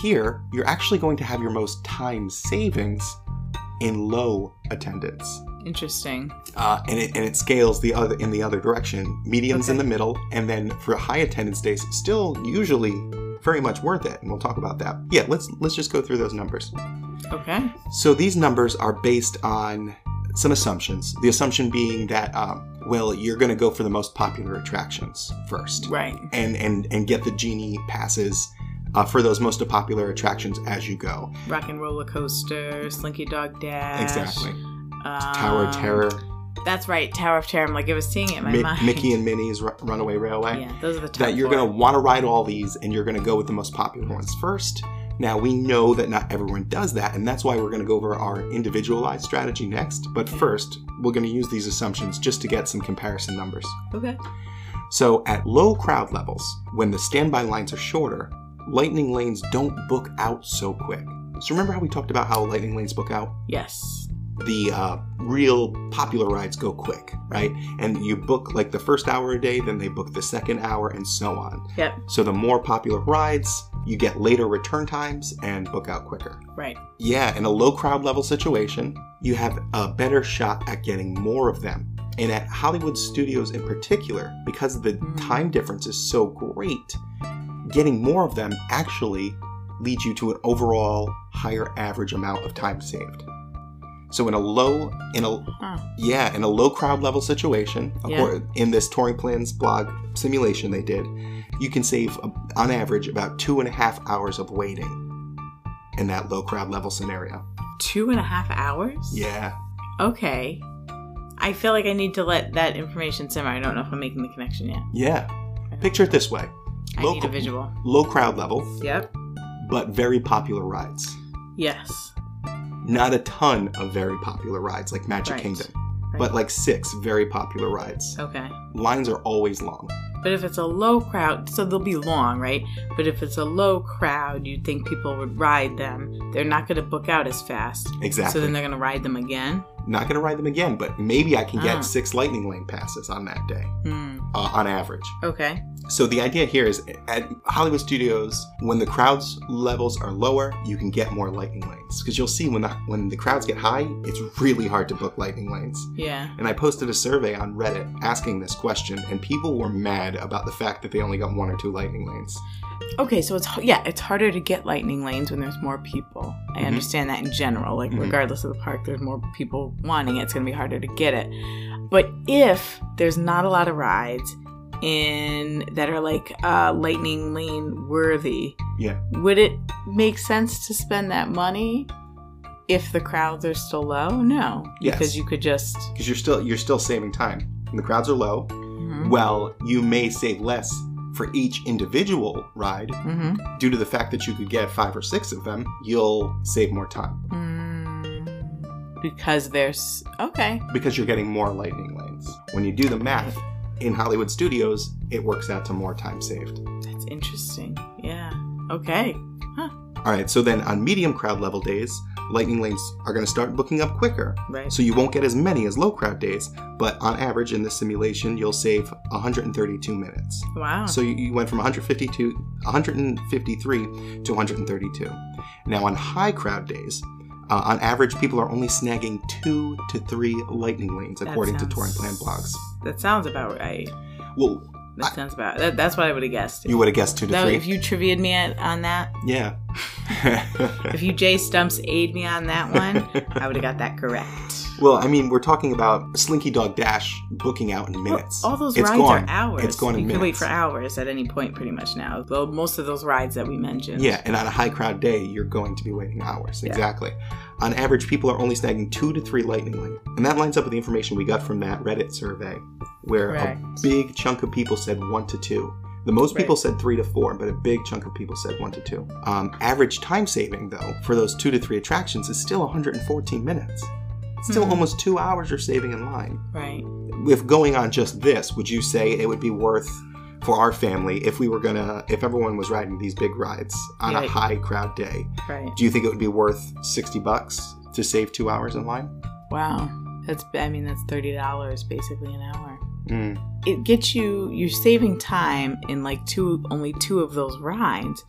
Here, you're actually going to have your most time savings in low attendance,
Interesting.
uh, and it and it scales the other in the other direction. Mediums in
Okay.
the middle, and then for high attendance days, still usually very much worth it. And we'll talk about that. Yeah, let's let's just go through those numbers.
Okay.
So these numbers are based on some assumptions. The assumption being that um, well, you're going to go for the most popular attractions first
Right.
and and and get the genie passes uh, for those most popular attractions as you go.
Rock and roller coaster, Slinky Dog Dash.
Exactly.
um,
Tower of Terror,
That's right. Tower of Terror. I'm like, I was seeing it in my
Mi-
mind.
Mickey and Minnie's Ru- Runaway Railway.
Yeah, those are the top
That you're
four.
going to want to ride all these, and you're going to go with the most popular ones first. Now we know that not everyone does that, and that's why we're going to go over our individualized strategy next. But
Okay.
first, we're going to use these assumptions just to get some comparison numbers.
Okay.
So, at low crowd levels, when the standby lines are shorter, lightning lanes don't book out so quick. So, remember how we talked about how lightning lanes book out?
Yes.
The uh, real popular rides go quick, right? And you book like the first hour a day, then they book the second hour, and so on.
Yep.
So, the more popular rides, you get later return times and book out quicker.
Right.
Yeah, in a low crowd level situation, you have a better shot at getting more of them. And at Hollywood studios in particular, because the
Mhm.
time difference is so great, getting more of them actually leads you to an overall higher average amount of time saved. So in a low in a
Huh.
yeah, in a low crowd level situation,
Yeah.
accor- in this Touring Plans blog simulation they did, you can save uh, on average about two and a half hours of waiting in that low crowd level scenario.
Two and a half hours?
Yeah.
Okay. I feel like I need to let that information simmer. I don't know if I'm making the connection yet.
Yeah. Picture it this way
I need
Local-
a visual.
low crowd level,
Yep.
but very popular rides.
Yes.
Not a ton of very popular rides like Magic
Right.
Kingdom,
Right.
but like six very popular rides.
Okay.
Lines are always long.
But if it's a low crowd, so they'll be long, right? But if it's a low crowd, you'd think people would ride them. They're not going to book out as fast.
Exactly.
So then they're going to ride them again.
Not going to ride them again, but maybe I can get
Ah.
six Lightning Lane passes on that day
Hmm.
uh, on average.
Okay.
So the idea here is at Hollywood Studios, when the crowds levels are lower, you can get more lightning lanes because you'll see when the when the crowds get high, it's really hard to book lightning lanes.
Yeah.
And I posted a survey on Reddit asking this question, and people were mad about the fact that they only got one or two lightning lanes.
Okay. So it's yeah, it's harder to get lightning lanes when there's more people. I
Mhm.
understand that in general. Like
Mhm.
regardless of the park, there's more people wanting it. It's going to be harder to get it. But if there's not a lot of rides in that are like uh, lightning lane worthy,
Yeah.
would it make sense to spend that money if the crowds are still low? No,
Yes.
because you could just.
because you're still you're still saving time. When the crowds are low,
mm-hmm,
well, you may save less for each individual ride
hmm
due to the fact that you could get five or six of them. You'll save more time
Mm, because there's okay.
because you're getting more lightning lanes. When you do the math in Hollywood studios, it works out to more time saved.
That's interesting. Yeah. Okay.
All right, so then on medium crowd level days, lightning lanes are going to start booking up quicker.
Right.
So you won't get as many as low crowd days, but on average in this simulation, you'll save 132 minutes.
wow.
So you, you went from 150 to 153 to 132. Now on high crowd days, uh, on average, people are only snagging two to three lightning lanes,
That
according to
sounds-
touring plan blogs.
That sounds about right.
Well,
That
I-
sounds about. That, that's what I would have guessed.
you would have guessed two to
That-
three.
if you triviaed me at, on that,
yeah.
if you J Stumps aid me on that one, I would have got that correct.
well, I mean, we're talking about Slinky Dog Dash booking out in minutes.
All those
It's
rides
gone.
are hours.
It's gone in
you
minutes.
can wait for hours at any point, pretty much now. Well, most of those rides that we mentioned.
Yeah, and on a high crowd day, you're going to be waiting hours.
Yeah.
Exactly. On average, people are only snagging two to three lightning lanes. And that lines up with the information we got from that Reddit survey, where a
Correct.
big chunk of people said one to two. The most people
Right.
said three to four, but a big chunk of people said one to two. Um, average time saving, though, for those two to three attractions is still 114 minutes. Still
Mhm.
almost two hours you're saving in line.
Right.
If going on just this, would you say it would be worth for our family if we were gonna if everyone was riding these big rides on a
Yeah.
high crowd day?
Right.
Do you think it would be worth sixty bucks to save two hours in line?
Wow. That's. I mean, that's thirty dollars basically an hour.
Mm.
It gets you. You're saving time in like two, only two of those rides.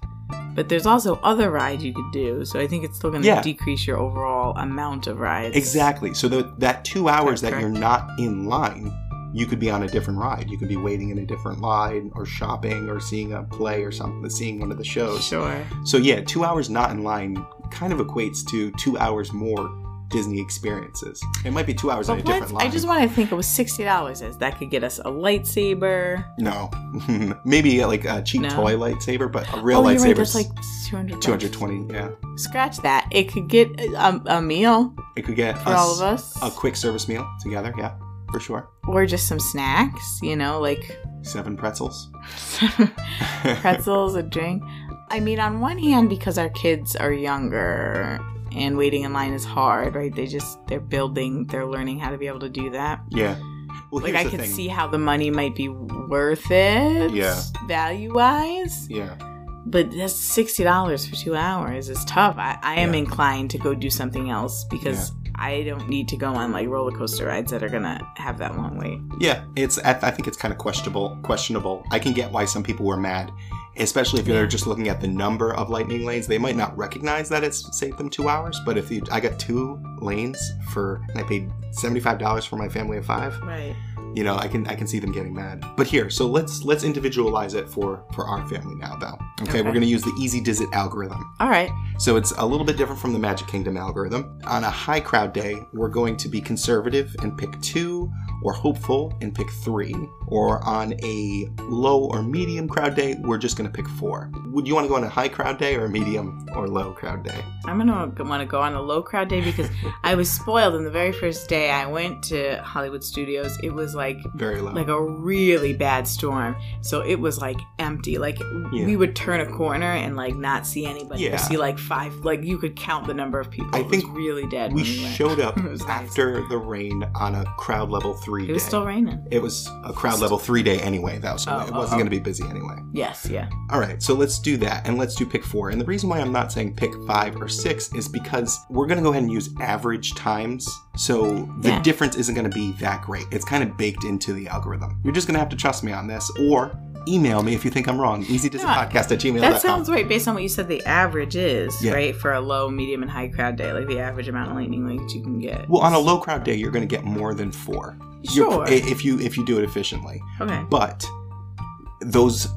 But there's also other rides you could do, so I think it's still going to
Yeah.
decrease your overall amount of rides.
Exactly. So tho- that two hours that
Correct.
you're not in line, you could be on a different ride. You could be waiting in a different line, or shopping, or seeing a play, or something, seeing one of the shows.
Sure.
So yeah, two hours not in line kind of equates to two hours more Disney experiences. It might be two hours in a
But
different
what?
line.
I just want to think it was sixty dollars. Is that could get us a lightsaber?
No, maybe uh, like a cheap
No.
toy lightsaber, but a real
oh, you're right.
lightsaber is
That's like two hundred.
two hundred twenty. Yeah,
Scratch that. It could get a, a meal
it could get
for all of us,
a quick service meal together. Yeah, for sure.
or just some snacks. You know, like
Seven pretzels.
pretzels, a drink. I mean, on one hand, because our kids are younger and waiting in line is hard, right? They just they're building, they're learning how to be able to do that.
yeah. Well,
Like
here's
I
the
could
thing.
see how the money might be worth it,
Yeah.
value wise.
Yeah,
But that's sixty dollars for two hours is tough. I, I am
Yeah.
inclined to go do something else because I don't need to go on like roller coaster rides that are gonna have that long wait.
yeah. It's I I think it's kind of questionable. Questionable. I can get why some people were mad, especially if you're
Yeah.
just looking at the number of lightning lanes. They might not recognize that it's saved them two hours. But if you, I got two lanes for, and I paid seventy five dollars for my family of five.
Right.
you know i can i can see them getting mad but here so let's let's individualize it for for our family now though okay,
Okay.
we're going to use the easy dizit algorithm
All right.
so it's a little bit different from the magic kingdom algorithm on a high crowd day we're going to be conservative and pick two or hopeful and pick three or on a low or medium crowd day we're just going to pick four would you want to go on a high crowd day or a medium or low crowd day
I'm gonna want to go on a low crowd day because I was spoiled. And the very first day I went to Hollywood Studios, it was like
very low
like a really bad storm. So it was like empty. Like
Yeah.
we would turn a corner and like not see anybody.
Yeah.
Or see like five. Like you could count the number of people.
I
It was
think
really dead.
we
when went.
showed up
It was nice.
after the rain on a crowd level three
It was
day.
still raining.
It was a crowd level three day anyway, though, so
Oh,
it
oh,
wasn't
oh.
going to be busy anyway.
Yes. Yeah.
All right, so let's do that and let's do pick four. And the reason why I'm not saying pick five or six is because we're going to go ahead and use average times. So the
Yeah.
difference isn't going to be that great. It's kind of baked into the algorithm. You're just going to have to trust me on this or email me if you think I'm wrong. Easy to
No,
podcast at gmail.com.
That sounds right based on what you said the average is,
Yeah.
right? For a low, medium, and high crowd day, like the average amount of lightning lanes you can get.
well, on a low crowd day, you're going to get more than four. You're-
Sure.
i- If you if you do it efficiently.
okay.
but those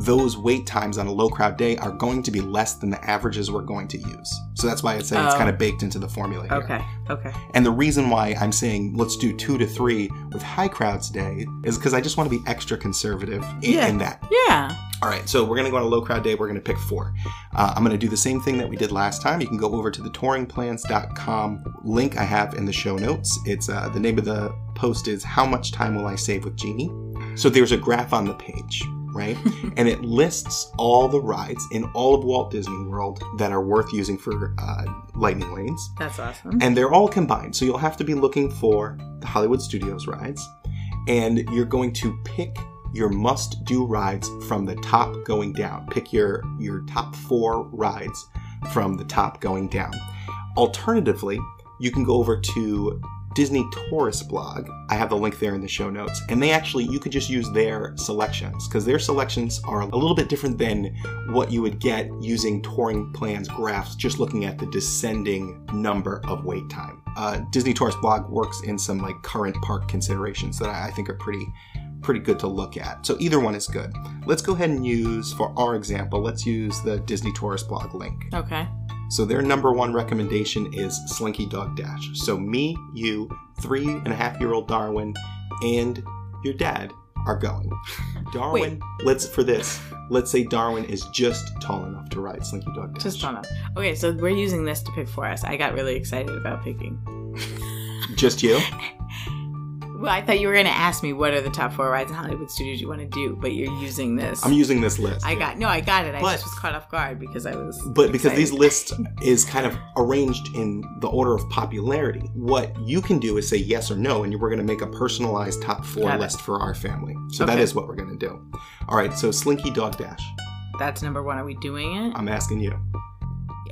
those wait times on a low crowd day are going to be less than the averages we're going to use. So that's why it's saying it's
Oh.
kind of baked into the formula here.
Okay. Okay.
And the reason why I'm saying let's do two to three with high crowds day is because I just want to be extra conservative in,
Yeah.
in that.
Yeah.
All right, so we're going to go on a low crowd day. We're going to pick four. Uh, I'm going to do the same thing that we did last time. You can go over to the touringplans.com link I have in the show notes. It's uh, the name of the post is "How much time will I save with Genie?" So there's a graph on the page, right? and it lists all the rides in all of Walt Disney World that are worth using for uh, Lightning Lanes
That's awesome.
and they're all combined. So you'll have to be looking for the Hollywood Studios rides, and you're going to pick your must-do rides from the top going down. Pick your your top four rides from the top going down. Alternatively, you can go over to Disney Tourist blog. I have the link there in the show notes. And they actually, you could just use their selections because their selections are a little bit different than what you would get using touring plans graphs, just looking at the descending number of wait time. Uh, Disney Tourist blog works in some like current park considerations that I I think are pretty pretty good to look at. So either one is good. Let's go ahead and use for our example, let's use the Disney Tourist blog link.
Okay.
So their number one recommendation is Slinky Dog Dash. So me, you, three and a half year old Darwin, and your dad are going. Darwin, let's for this, let's say Darwin is just tall enough to ride Slinky Dog Dash.
Just on up. Okay, so we're using this to pick for us. I got really excited about picking.
Just you?
Well, I thought you were going to ask me what are the top four rides in Hollywood Studios you want to do, but you're using this.
I'm using this list.
I got no, I got it. I
But-
just was caught off guard because I was.
but because
excited.
these lists is kind of arranged in the order of popularity, what you can do is say yes or no, and we're going to make a personalized top four
Got it.
list for our family. So that
Okay.
is what we're going to do. All right, so Slinky Dog Dash.
that's number one. Are we doing it?
I'm asking you.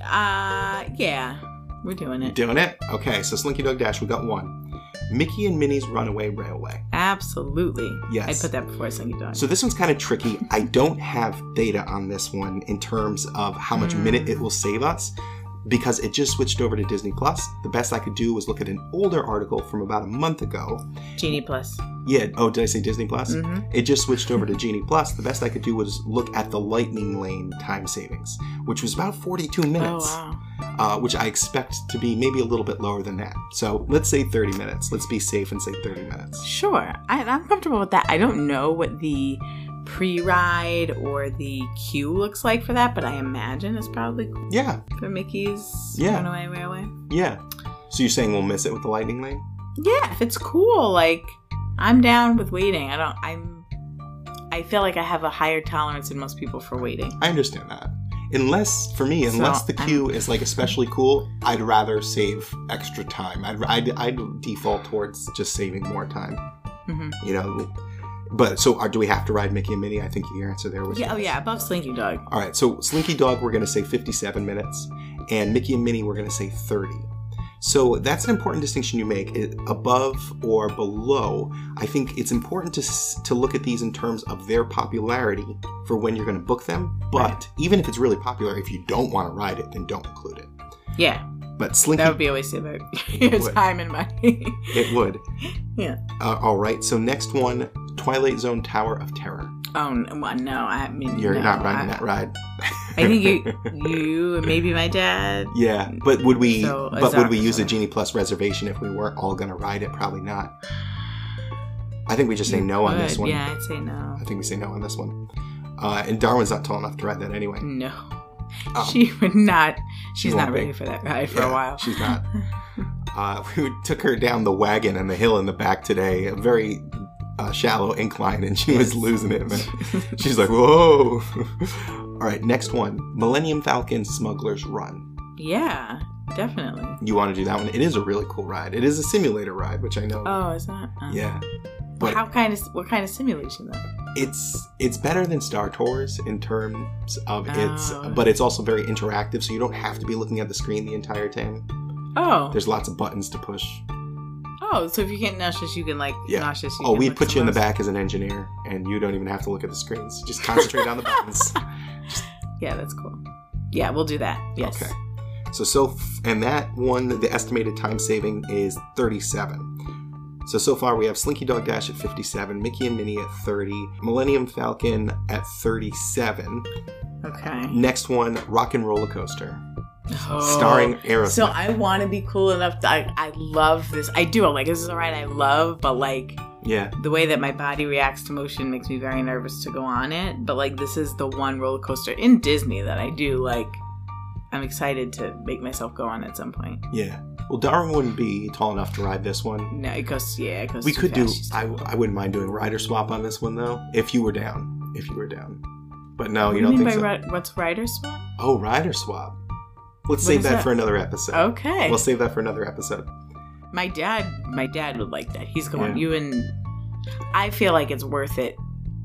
Uh, yeah, we're doing it.
Doing it? Okay, so Slinky Dog Dash, we got one. Mickey and Minnie's Runaway Railway.
Absolutely.
Yes.
I put that before Slinky Dog.
So this one's kind of tricky. I don't have data on this one in terms of how much
Hmm.
minute it will save us because it just switched over to Disney Plus. The best I could do was look at an older article from about a month ago.
Genie Plus.
Yeah, oh, did I say Disney Plus?
hmm
It just switched over to Genie Plus. The best I could do was look at the Lightning Lane time savings, which was about 42
Oh
minutes.
wow.
uh, which I expect to be maybe a little bit lower than that. So let's say 30 minutes. Let's be safe and say 30 minutes.
Sure, I, I'm comfortable with that. I don't know what the pre-ride or the queue looks like for that, but I imagine it's probably
Yeah,
for Mickey's
Yeah.
Runaway Railway.
yeah. So you're saying we'll miss it with the lightning lane?
Yeah, if it's cool, like I'm down with waiting. I don't. I'm. I feel like I have a higher tolerance than most people for waiting.
I understand that. Unless, for me, unless
So,
the
I'm-
queue is like especially cool, I'd rather save extra time. I'd, I'd, I'd default towards just saving more time,
hmm
you know? But so are, do we have to ride Mickey and Minnie? I think your answer there was
Yeah. Oh
yes.
yeah. Above Slinky Dog.
All right, so Slinky Dog, we're going to say 57 minutes, and Mickey and Minnie, we're going to say 30. So that's an important distinction you make. i- Above or below, I think it's important to, s- to look at these in terms of their popularity for when you're going to book them. But
Right.
even if it's really popular, if you don't want to ride it, then don't include it.
Yeah.
But Slinky,
That would be a waste of our- your
would.
time and money.
it would.
Yeah.
Uh, all right, so next one Twilight Zone Tower of Terror.
oh no, well, no, I mean
You're
no,
not riding
I,
that ride.
I think you, you, and maybe my dad.
Yeah, but would we?
So,
but would we
Azar-
use a Genie Plus reservation if we weren't all going to ride it? Probably not. I think we just say
You
no on this
could.
one.
Yeah, I'd say no.
I think we say no on this one. Uh, and Darwin's not tall enough to ride that anyway.
No.
Um,
she would not.
she
She's not
won't
ready
be.
for that ride for
yeah,
a while.
She's not. Uh, we took her down the wagon and the hill in the back today, a very uh, shallow incline, and she was
Yes.
losing it. man. She's like, "Whoa!" all right, next one: Millennium Falcon Smuggler's Run.
yeah, definitely.
You want to do that one? It is a really cool ride. It is a simulator ride, which I know.
Oh, is that? uh,
Yeah.
But
But
how kind of what kind of simulation though?
it's it's better than Star Tours in terms of its
Oh.
but it's also very interactive, so you don't have to be looking at the screen the entire time.
Oh,
There's lots of buttons to push.
oh, so if you get nauseous, you can like
Yeah.
nauseous. You
oh,
can
we
look
put you in the
somewhere
back as an engineer and you don't even have to look at the screens. Just concentrate on the buttons.
else. Yeah, that's cool. Yeah, we'll do that. Yes.
Okay. So so f- and that one the estimated time saving is 37. So, so far we have Slinky Dog Dash at 57, Mickey and Minnie at 30, Millennium Falcon at 37.
Okay. Oh.
Next one, Rock and Roller Coaster, starring Aerosmith.
So I want to be cool enough. To, I I love this. I do. I'm like this is all right. I love, but like
yeah,
the way that my body reacts to motion makes me very nervous to go on it. But like this is the one roller coaster in Disney that I do like. I'm excited to make myself go on at some point.
yeah. Well, Darwin wouldn't be tall enough to ride this one.
No, it goes. Yeah, it goes.
We
too
could do.
fast. She's
I,
too-
I wouldn't mind doing rider swap on this one though, if you were down. If you were down. But no,
What do
you don't
mean
think
by
so.
ri- what's rider swap?
oh, rider swap. Let's
What
save
is
that,
that?
for another episode.
Okay.
We'll save that for another episode.
my dad, my dad would like that. He's
Yeah.
going. You and I feel like it's worth it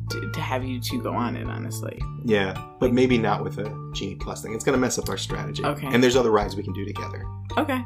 to, to have you two go on it. Honestly.
Yeah, but maybe not with a Genie Plus thing. It's going to mess up our strategy.
Okay.
And there's other rides we can do together.
Okay.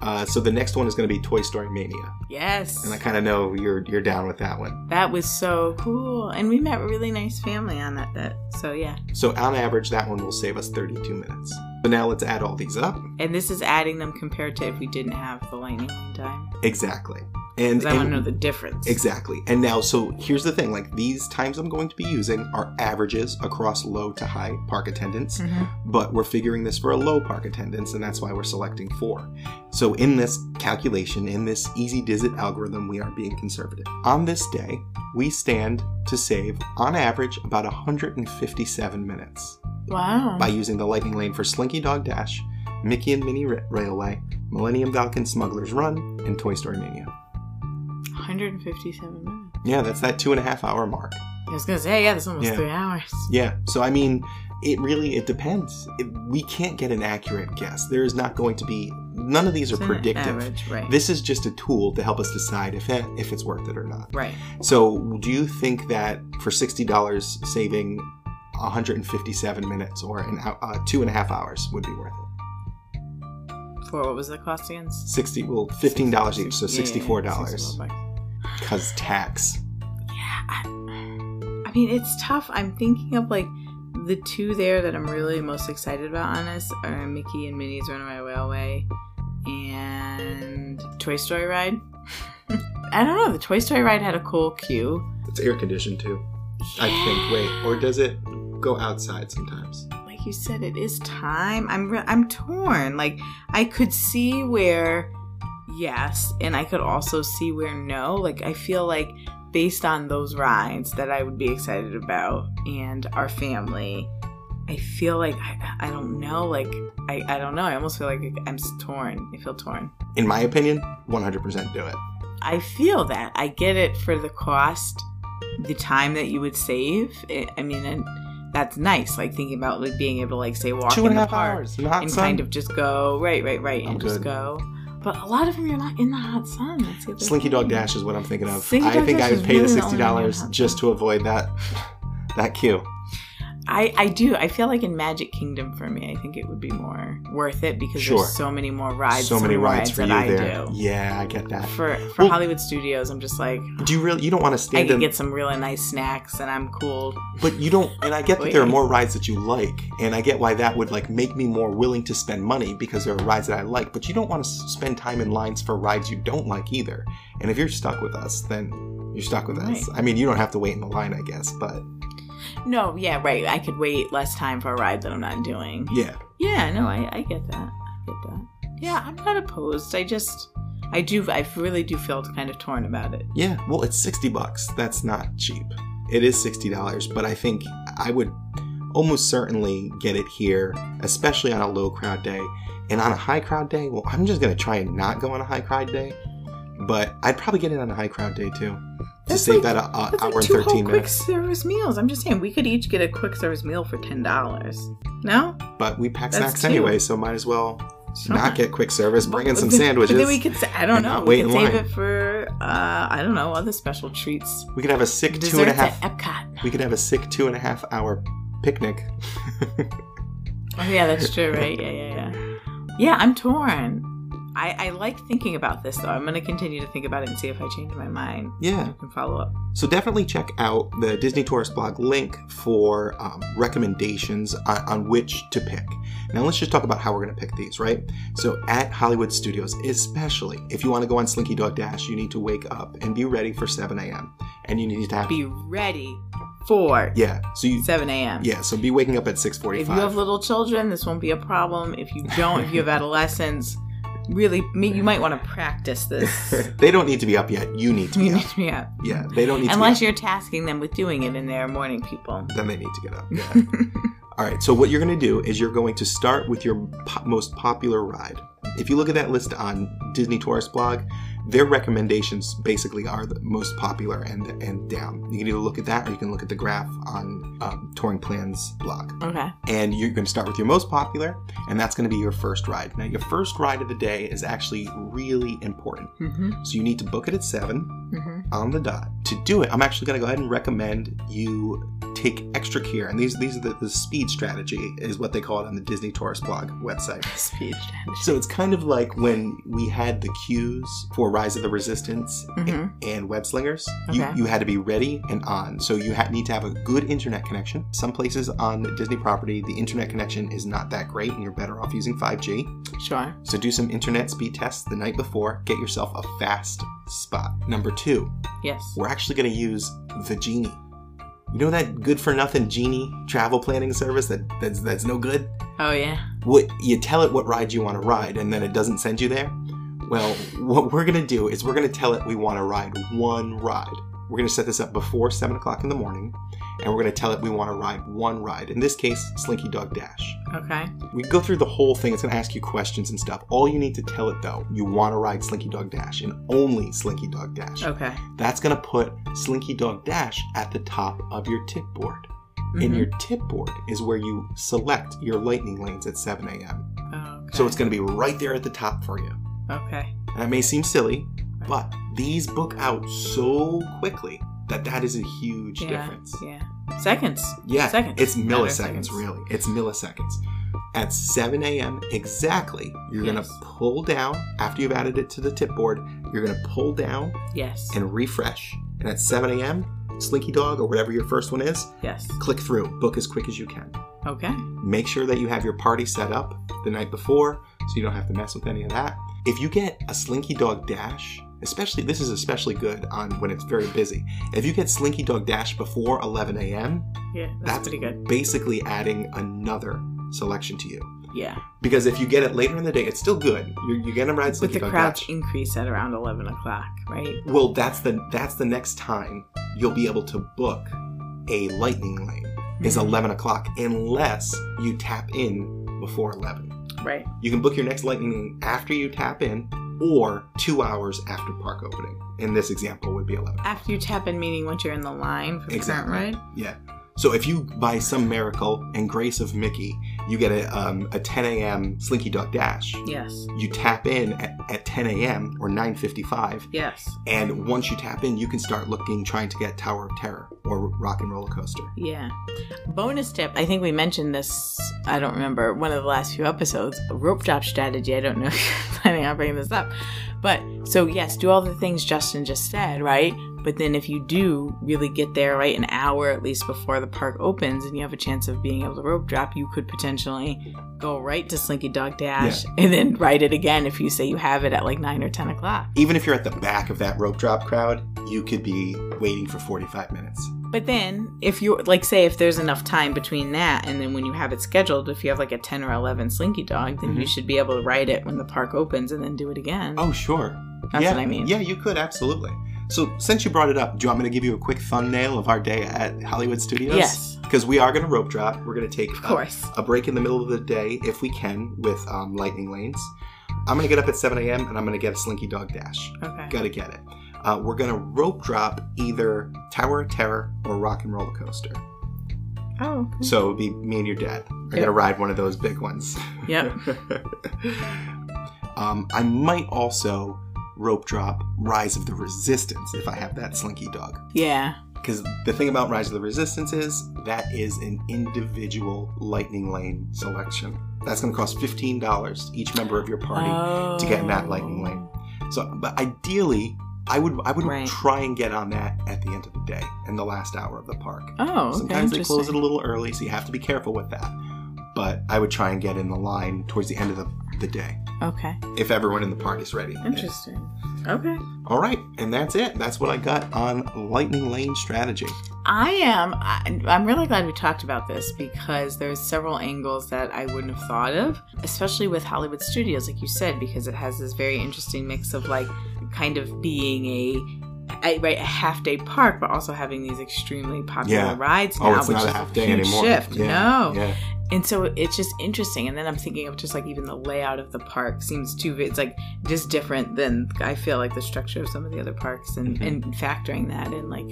Uh, so the next one is going to be Toy Story Mania,
Yes.
and I kind of know you're you're down with that one.
That was so cool. And we met a really nice family on that, that. So, yeah.
So on average, that one will save us 32 minutes. So now let's add all these up.
And this is adding them compared to if we didn't have the lightning lane time.
Exactly. And,
Because I want
and-
to know the difference.
exactly. And now, so here's the thing: like these times I'm going to be using are averages across low to high park attendance.
Mhm.
but we're figuring this for a low park attendance, and that's why we're selecting four. So, in this calculation, in this easy digit algorithm, we are being conservative. On this day, we stand to save, on average, about 157 minutes
Wow.
by using the lightning lane for Slinky Dog Dash, Mickey and Minnie Ra- Railway, Millennium Falcon Smuggler's Run, and Toy Story Mania.
157 minutes.
Yeah, that's that two and a half hour mark.
I was going to say, yeah, that's almost
Yeah.
three hours.
Yeah. So I mean, it really it depends. It, we can't get an accurate guess. There is not going to be none of these are
It's an
predictive.
Average, right.
This is just a tool to help us decide if it, if it's worth it or not.
right.
So, do you think that for sixty dollars, saving 157 minutes or an, hou- uh, two and a half hours would be worth it?
For what was the cost again?
60, well, 15 dollars each, so
Yeah, yeah, yeah,
64 dollars
64 bucks.
because tax.
Yeah. I, I mean, it's tough. I'm thinking of like the two there that I'm really most excited about on this are Mickey and Minnie's Runaway Railway and Toy Story Ride. I don't know. The Toy Story Ride had a cool queue.
It's air conditioned too, I think. Wait, or does it go outside sometimes?
like you said, it is time. I'm re- I'm torn. Like I could see where yes, and I could also see where no. Like I feel like based on those rides that I would be excited about and our family, I feel like I, I don't know. Like I, I don't know. I almost feel like I'm s- torn. I feel torn.
In my opinion, 100% do it.
I feel that. I get it for the cost, the time that you would save. I I mean, and that's nice. Like thinking about like being able to like say walk
Two
in
and a
the
half
park
hours, not
and
some-
kind of just go right, right, right,
I'm
and just
good.
go. But a lot of them, you're not in the hot sun. That's the other
Slinky
thing.
Dog Dash is what I'm thinking of.
Slinky
I
Dog
think
Dash
I would
is
pay the
really the
sixty
only one I
dollars
have.
just to avoid that that queue.
I, I do. I feel like in Magic Kingdom for me, I think it would be more worth it because
Sure.
there's so many more rides,
so many rides for you
that
there.
I do.
Yeah, I get that.
For for
Well-
Hollywood Studios, I'm just like
Do you really? You don't want to
I
stand
can
in,
get some really nice snacks and I'm cool.
but you don't. And I get that there are
Wait.
more rides that you like, and I get why that would like make me more willing to spend money because there are rides that I like. But you don't want to spend time in lines for rides you don't like either. And if you're stuck with us, then you're stuck with us.
Right.
I mean, you don't have to wait in the line, I guess. But
No, yeah, right. I could wait less time for a ride that I'm not doing.
yeah,
Yeah, no, I, I get that. I get that. Yeah, I'm not opposed. I just I do I really do feel kind of torn about it.
Yeah, well, it's 60 bucks. That's not cheap. It is $60, but I think I would almost certainly get it here, especially on a low crowd day. And on a high crowd day, well, I'm just going to try and not go on a high crowd day, but I'd probably get it on a high crowd day too. To
That's
save
like-
that a, a
That's
hour
like
and
two whole
13
quick
minutes.
service meals. I'm just saying we could each get a quick service meal for ten dollars. No,
But we pack
That's
snacks
two.
anyway, so might as well not get quick service, bring in some
But then-
sandwiches.
But then we could. sa- I don't
and
know.
not wait
We could
in
save
line.
it for uh, I don't know other special treats.
we could have a sick two
Dessert
and a half.
at Epcot.
We could have a sick two and a half hour picnic.
Oh yeah, that's true, right? Yeah, yeah, yeah. Yeah, I'm torn. I, I like thinking about this though. I'm going to continue to think about it and see if I change my mind.
Yeah.
You can follow up.
So definitely check out the Disney Tourist Blog link for um, recommendations on, on which to pick. Now let's just talk about how we're going to pick these, right? So at Hollywood Studios, especially if you want to go on Slinky Dog Dash, you need to wake up and be ready for 7 a.m. And you need to have
Be ready for
yeah. So you
7 a.m.
yeah. So be waking up at
If you have
6:45.
little children, this won't be a problem. If you don't, if you have adolescents, really, me- you might want to practice this.
they don't need to be up yet. You need to be
You
up.
need to be up.
Yeah, they don't need to. be up.
Unless you're tasking them with doing it in their morning people.
then they need to get up. Yeah. All right. So what you're going to do is you're going to start with your po- most popular ride. If you look at that list on Disney Tourist Blog, their recommendations basically are the most popular and and down. You can either look at that or you can look at the graph on um, Touring Plans blog
Okay.
and you're going to start with your most popular, and that's going to be your first ride. Now, your first ride of the day is actually really important.
Mm-hmm.
So, you need to book it at 7
Mm-hmm.
on the dot. To do it, I'm actually going to go ahead and recommend you take extra care. And these, these are the, the speed strategy, is what they call it on the Disney Tourist blog website.
Speech.
So, it's kind of like when we had the cues for Rise of the Resistance
Mhm.
and web slingers
Okay.
you, you had to be ready and on so you ha- need to have a good internet connection some places on disney property the internet connection is not that great and you're better off using 5g
Sure.
so do some internet speed tests the night before get yourself a fast spot number two
Yes.
we're actually going to use the genie you know that good for nothing genie travel planning service that that's, that's no good
Oh, yeah.
what you tell it what ride you want to ride and then it doesn't send you there well what we're going to do is we're going to tell it we want to ride one ride we're going to set this up before 7 o'clock in the morning and we're going to tell it we want to ride one ride in this case slinky dog dash
Okay.
we go through the whole thing it's going to ask you questions and stuff all you need to tell it though you want to ride slinky dog dash and only slinky dog dash
Okay.
that's going to put slinky dog dash at the top of your tip board
Mm-hmm.
and your tip board is where you select your lightning lanes at 7 a.m
Mhm. Okay.
so it's going to be right there at the top for you.
Okay.
And that may seem silly, but these book out so quickly that that is a huge
Yeah.
difference.
Yeah. Seconds.
Yeah,
Seconds.
it's
Matter of
milliseconds,
seconds.
really. It's milliseconds. At 7 a.m. exactly, you're going
Yes.
to pull down, after you've added it to the tip board, you're going to pull down
Yes.
and refresh. And at 7 a.m., Slinky Dog or whatever your first one is,
yes.
click through, book as quick as you can.
Okay.
Make sure that you have your party set up the night before so you don't have to mess with any of that. If you get a Slinky Dog Dash, especially this is especially good on when it's very busy. If you get Slinky Dog Dash before 11 a.m.,
Yeah. That's,
that's,
pretty good.
basically adding another selection to you.
Yeah.
Because if you get it later in the day, it's still good. You're, you're gonna ride
With
Slinky
the
Dog
crowds
Dash.
increase at around 11 o'clock, right?
Well, that's the that's the next time you'll be able to book a lightning lane is
Mhm.
11 o'clock unless you tap in before 11.
Right.
You can book your next lightning after you tap in or two hours after park opening. In this example would be 11.
After you tap in, meaning once you're in the line for the
Exactly.
current ride.
Yeah. So if you, by some miracle and grace of Mickey, you get a, um, a 10 a.m. Slinky Duck Dash,
Yes.
you tap in at, at 10 a.m. or 9.55,
Yes.
and once you tap in, you can start looking, trying to get Tower of Terror or Rock and Roller Coaster.
Yeah. Bonus tip I think we mentioned this, I don't remember, one of the last few episodes rope drop strategy. I don't know if you're planning on bringing this up. But so, yes, do all the things Justin just said, right? But then if you do really get there, right, an hour at least before the park opens and you have a chance of being able to rope drop, you could potentially go right to Slinky Dog Dash and then ride it again if you say you have it at like 9 or 10 o'clock.
Even if you're at the back of that rope drop crowd, you could be waiting for 45 minutes.
But then, if you like, say, if there's enough time between that and then when you have it scheduled, if you have like a 10 or 11 Slinky Dog, then you should be able to ride it when the park opens and then do it again.
Mm-hmm. Oh, sure.
That's
yeah,
what I mean.
Yeah, you could absolutely. So since you brought it up, do you want me to give you a quick thumbnail of our day at Hollywood Studios?
Yes. Oh,
Because we are going to rope drop. We're going to take
Of
a-
course.
A, break in the middle of the day if we can with um, lightning lanes. I'm going to get up at 7 a.m. and I'm going to get a Slinky Dog Dash.
Okay.
Got to get it. Uh, we're going to rope drop either Tower of Terror or Rock and Roller Coaster.
Oh. okay.
So it would be me and your dad are going
Yep.
to ride one of those big ones.
Yep.
um, I might also rope drop Rise of the Resistance if I have that Slinky Dog.
Yeah.
Because the thing about Rise of the Resistance is that is an individual lightning lane selection. That's going to cost fifteen dollars each member of your party
Oh,
to get in that lightning lane. So, but ideally, I would I would
Right.
try and get on that at the end of the day in the last hour of the park.
Oh, okay,
Sometimes they close it
interesting.
a little early, so you have to be careful with that. But I would try and get in the line towards the end of the, the day
Okay,
if everyone in the party's ready.
interesting. Okay.
All right, and that's it. That's what I got on lightning lane strategy.
I am. I, I'm really glad we talked about this because there's several angles that I wouldn't have thought of, especially with Hollywood Studios, like you said, because it has this very interesting mix of like kind of being a, a right a half day park, but also having these extremely popular
Yeah.
rides now,
Oh, it's
which
not
is
a half day
huge
anymore.
shift. No,
Yeah.
and so it's just interesting. And then I'm thinking of just like even the layout of the park seems too. It's like just different than I feel like the structure of some of the other parks, and
Mhm.
and factoring that in like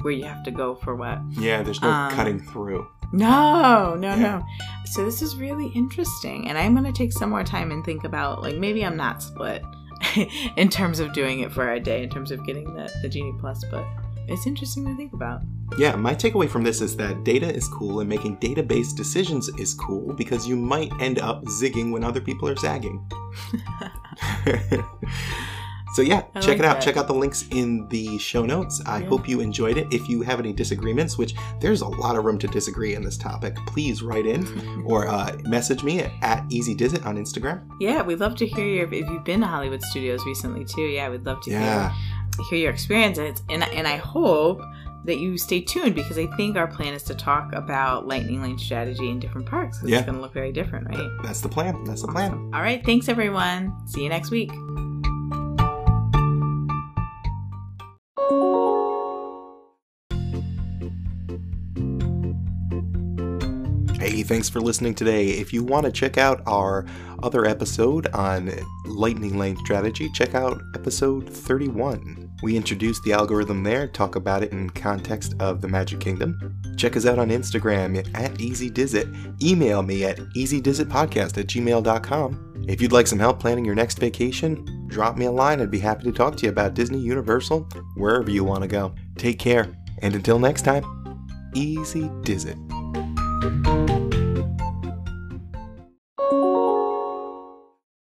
where you have to go for what.
Yeah, there's no
Um,
cutting through.
No, no,
Yeah.
no. So this is really interesting, and I'm gonna take some more time and think about like maybe I'm not split in terms of doing it for a day, in terms of getting the the genie plus, but it's interesting to think about.
Yeah, my takeaway from this is that data is cool and making data based decisions is cool because you might end up zigging when other people are zagging. so, yeah,
I
check
like
it out.
that.
Check out the links in the show notes. I
Yeah.
hope you enjoyed it. If you have any disagreements, which there's a lot of room to disagree in this topic, please write in or uh, message me at, at EasyDizit on Instagram.
Yeah, we'd love to hear your if you've been to Hollywood Studios recently too. Yeah, we'd love to hear
Yeah.
hear your experience and it's, and and I hope that you stay tuned because I think our plan is to talk about lightning lane strategy in different parks 'cause
Yeah.
it's going to look very different, right?
That's the plan. That's the plan.
Awesome. All right, thanks everyone. See you next week.
Hey, thanks for listening today. If you want to check out our other episode on lightning lane strategy, check out episode 31. We introduce the algorithm there, talk about it in context of the Magic Kingdom. Check us out on Instagram at EasyDizit. Email me at EasyDizitPodcast at gmail.com. If you'd like some help planning your next vacation, drop me a line. I'd be happy to talk to you about Disney, Universal, wherever you want to go. Take care, and until next time, Easy Dizit.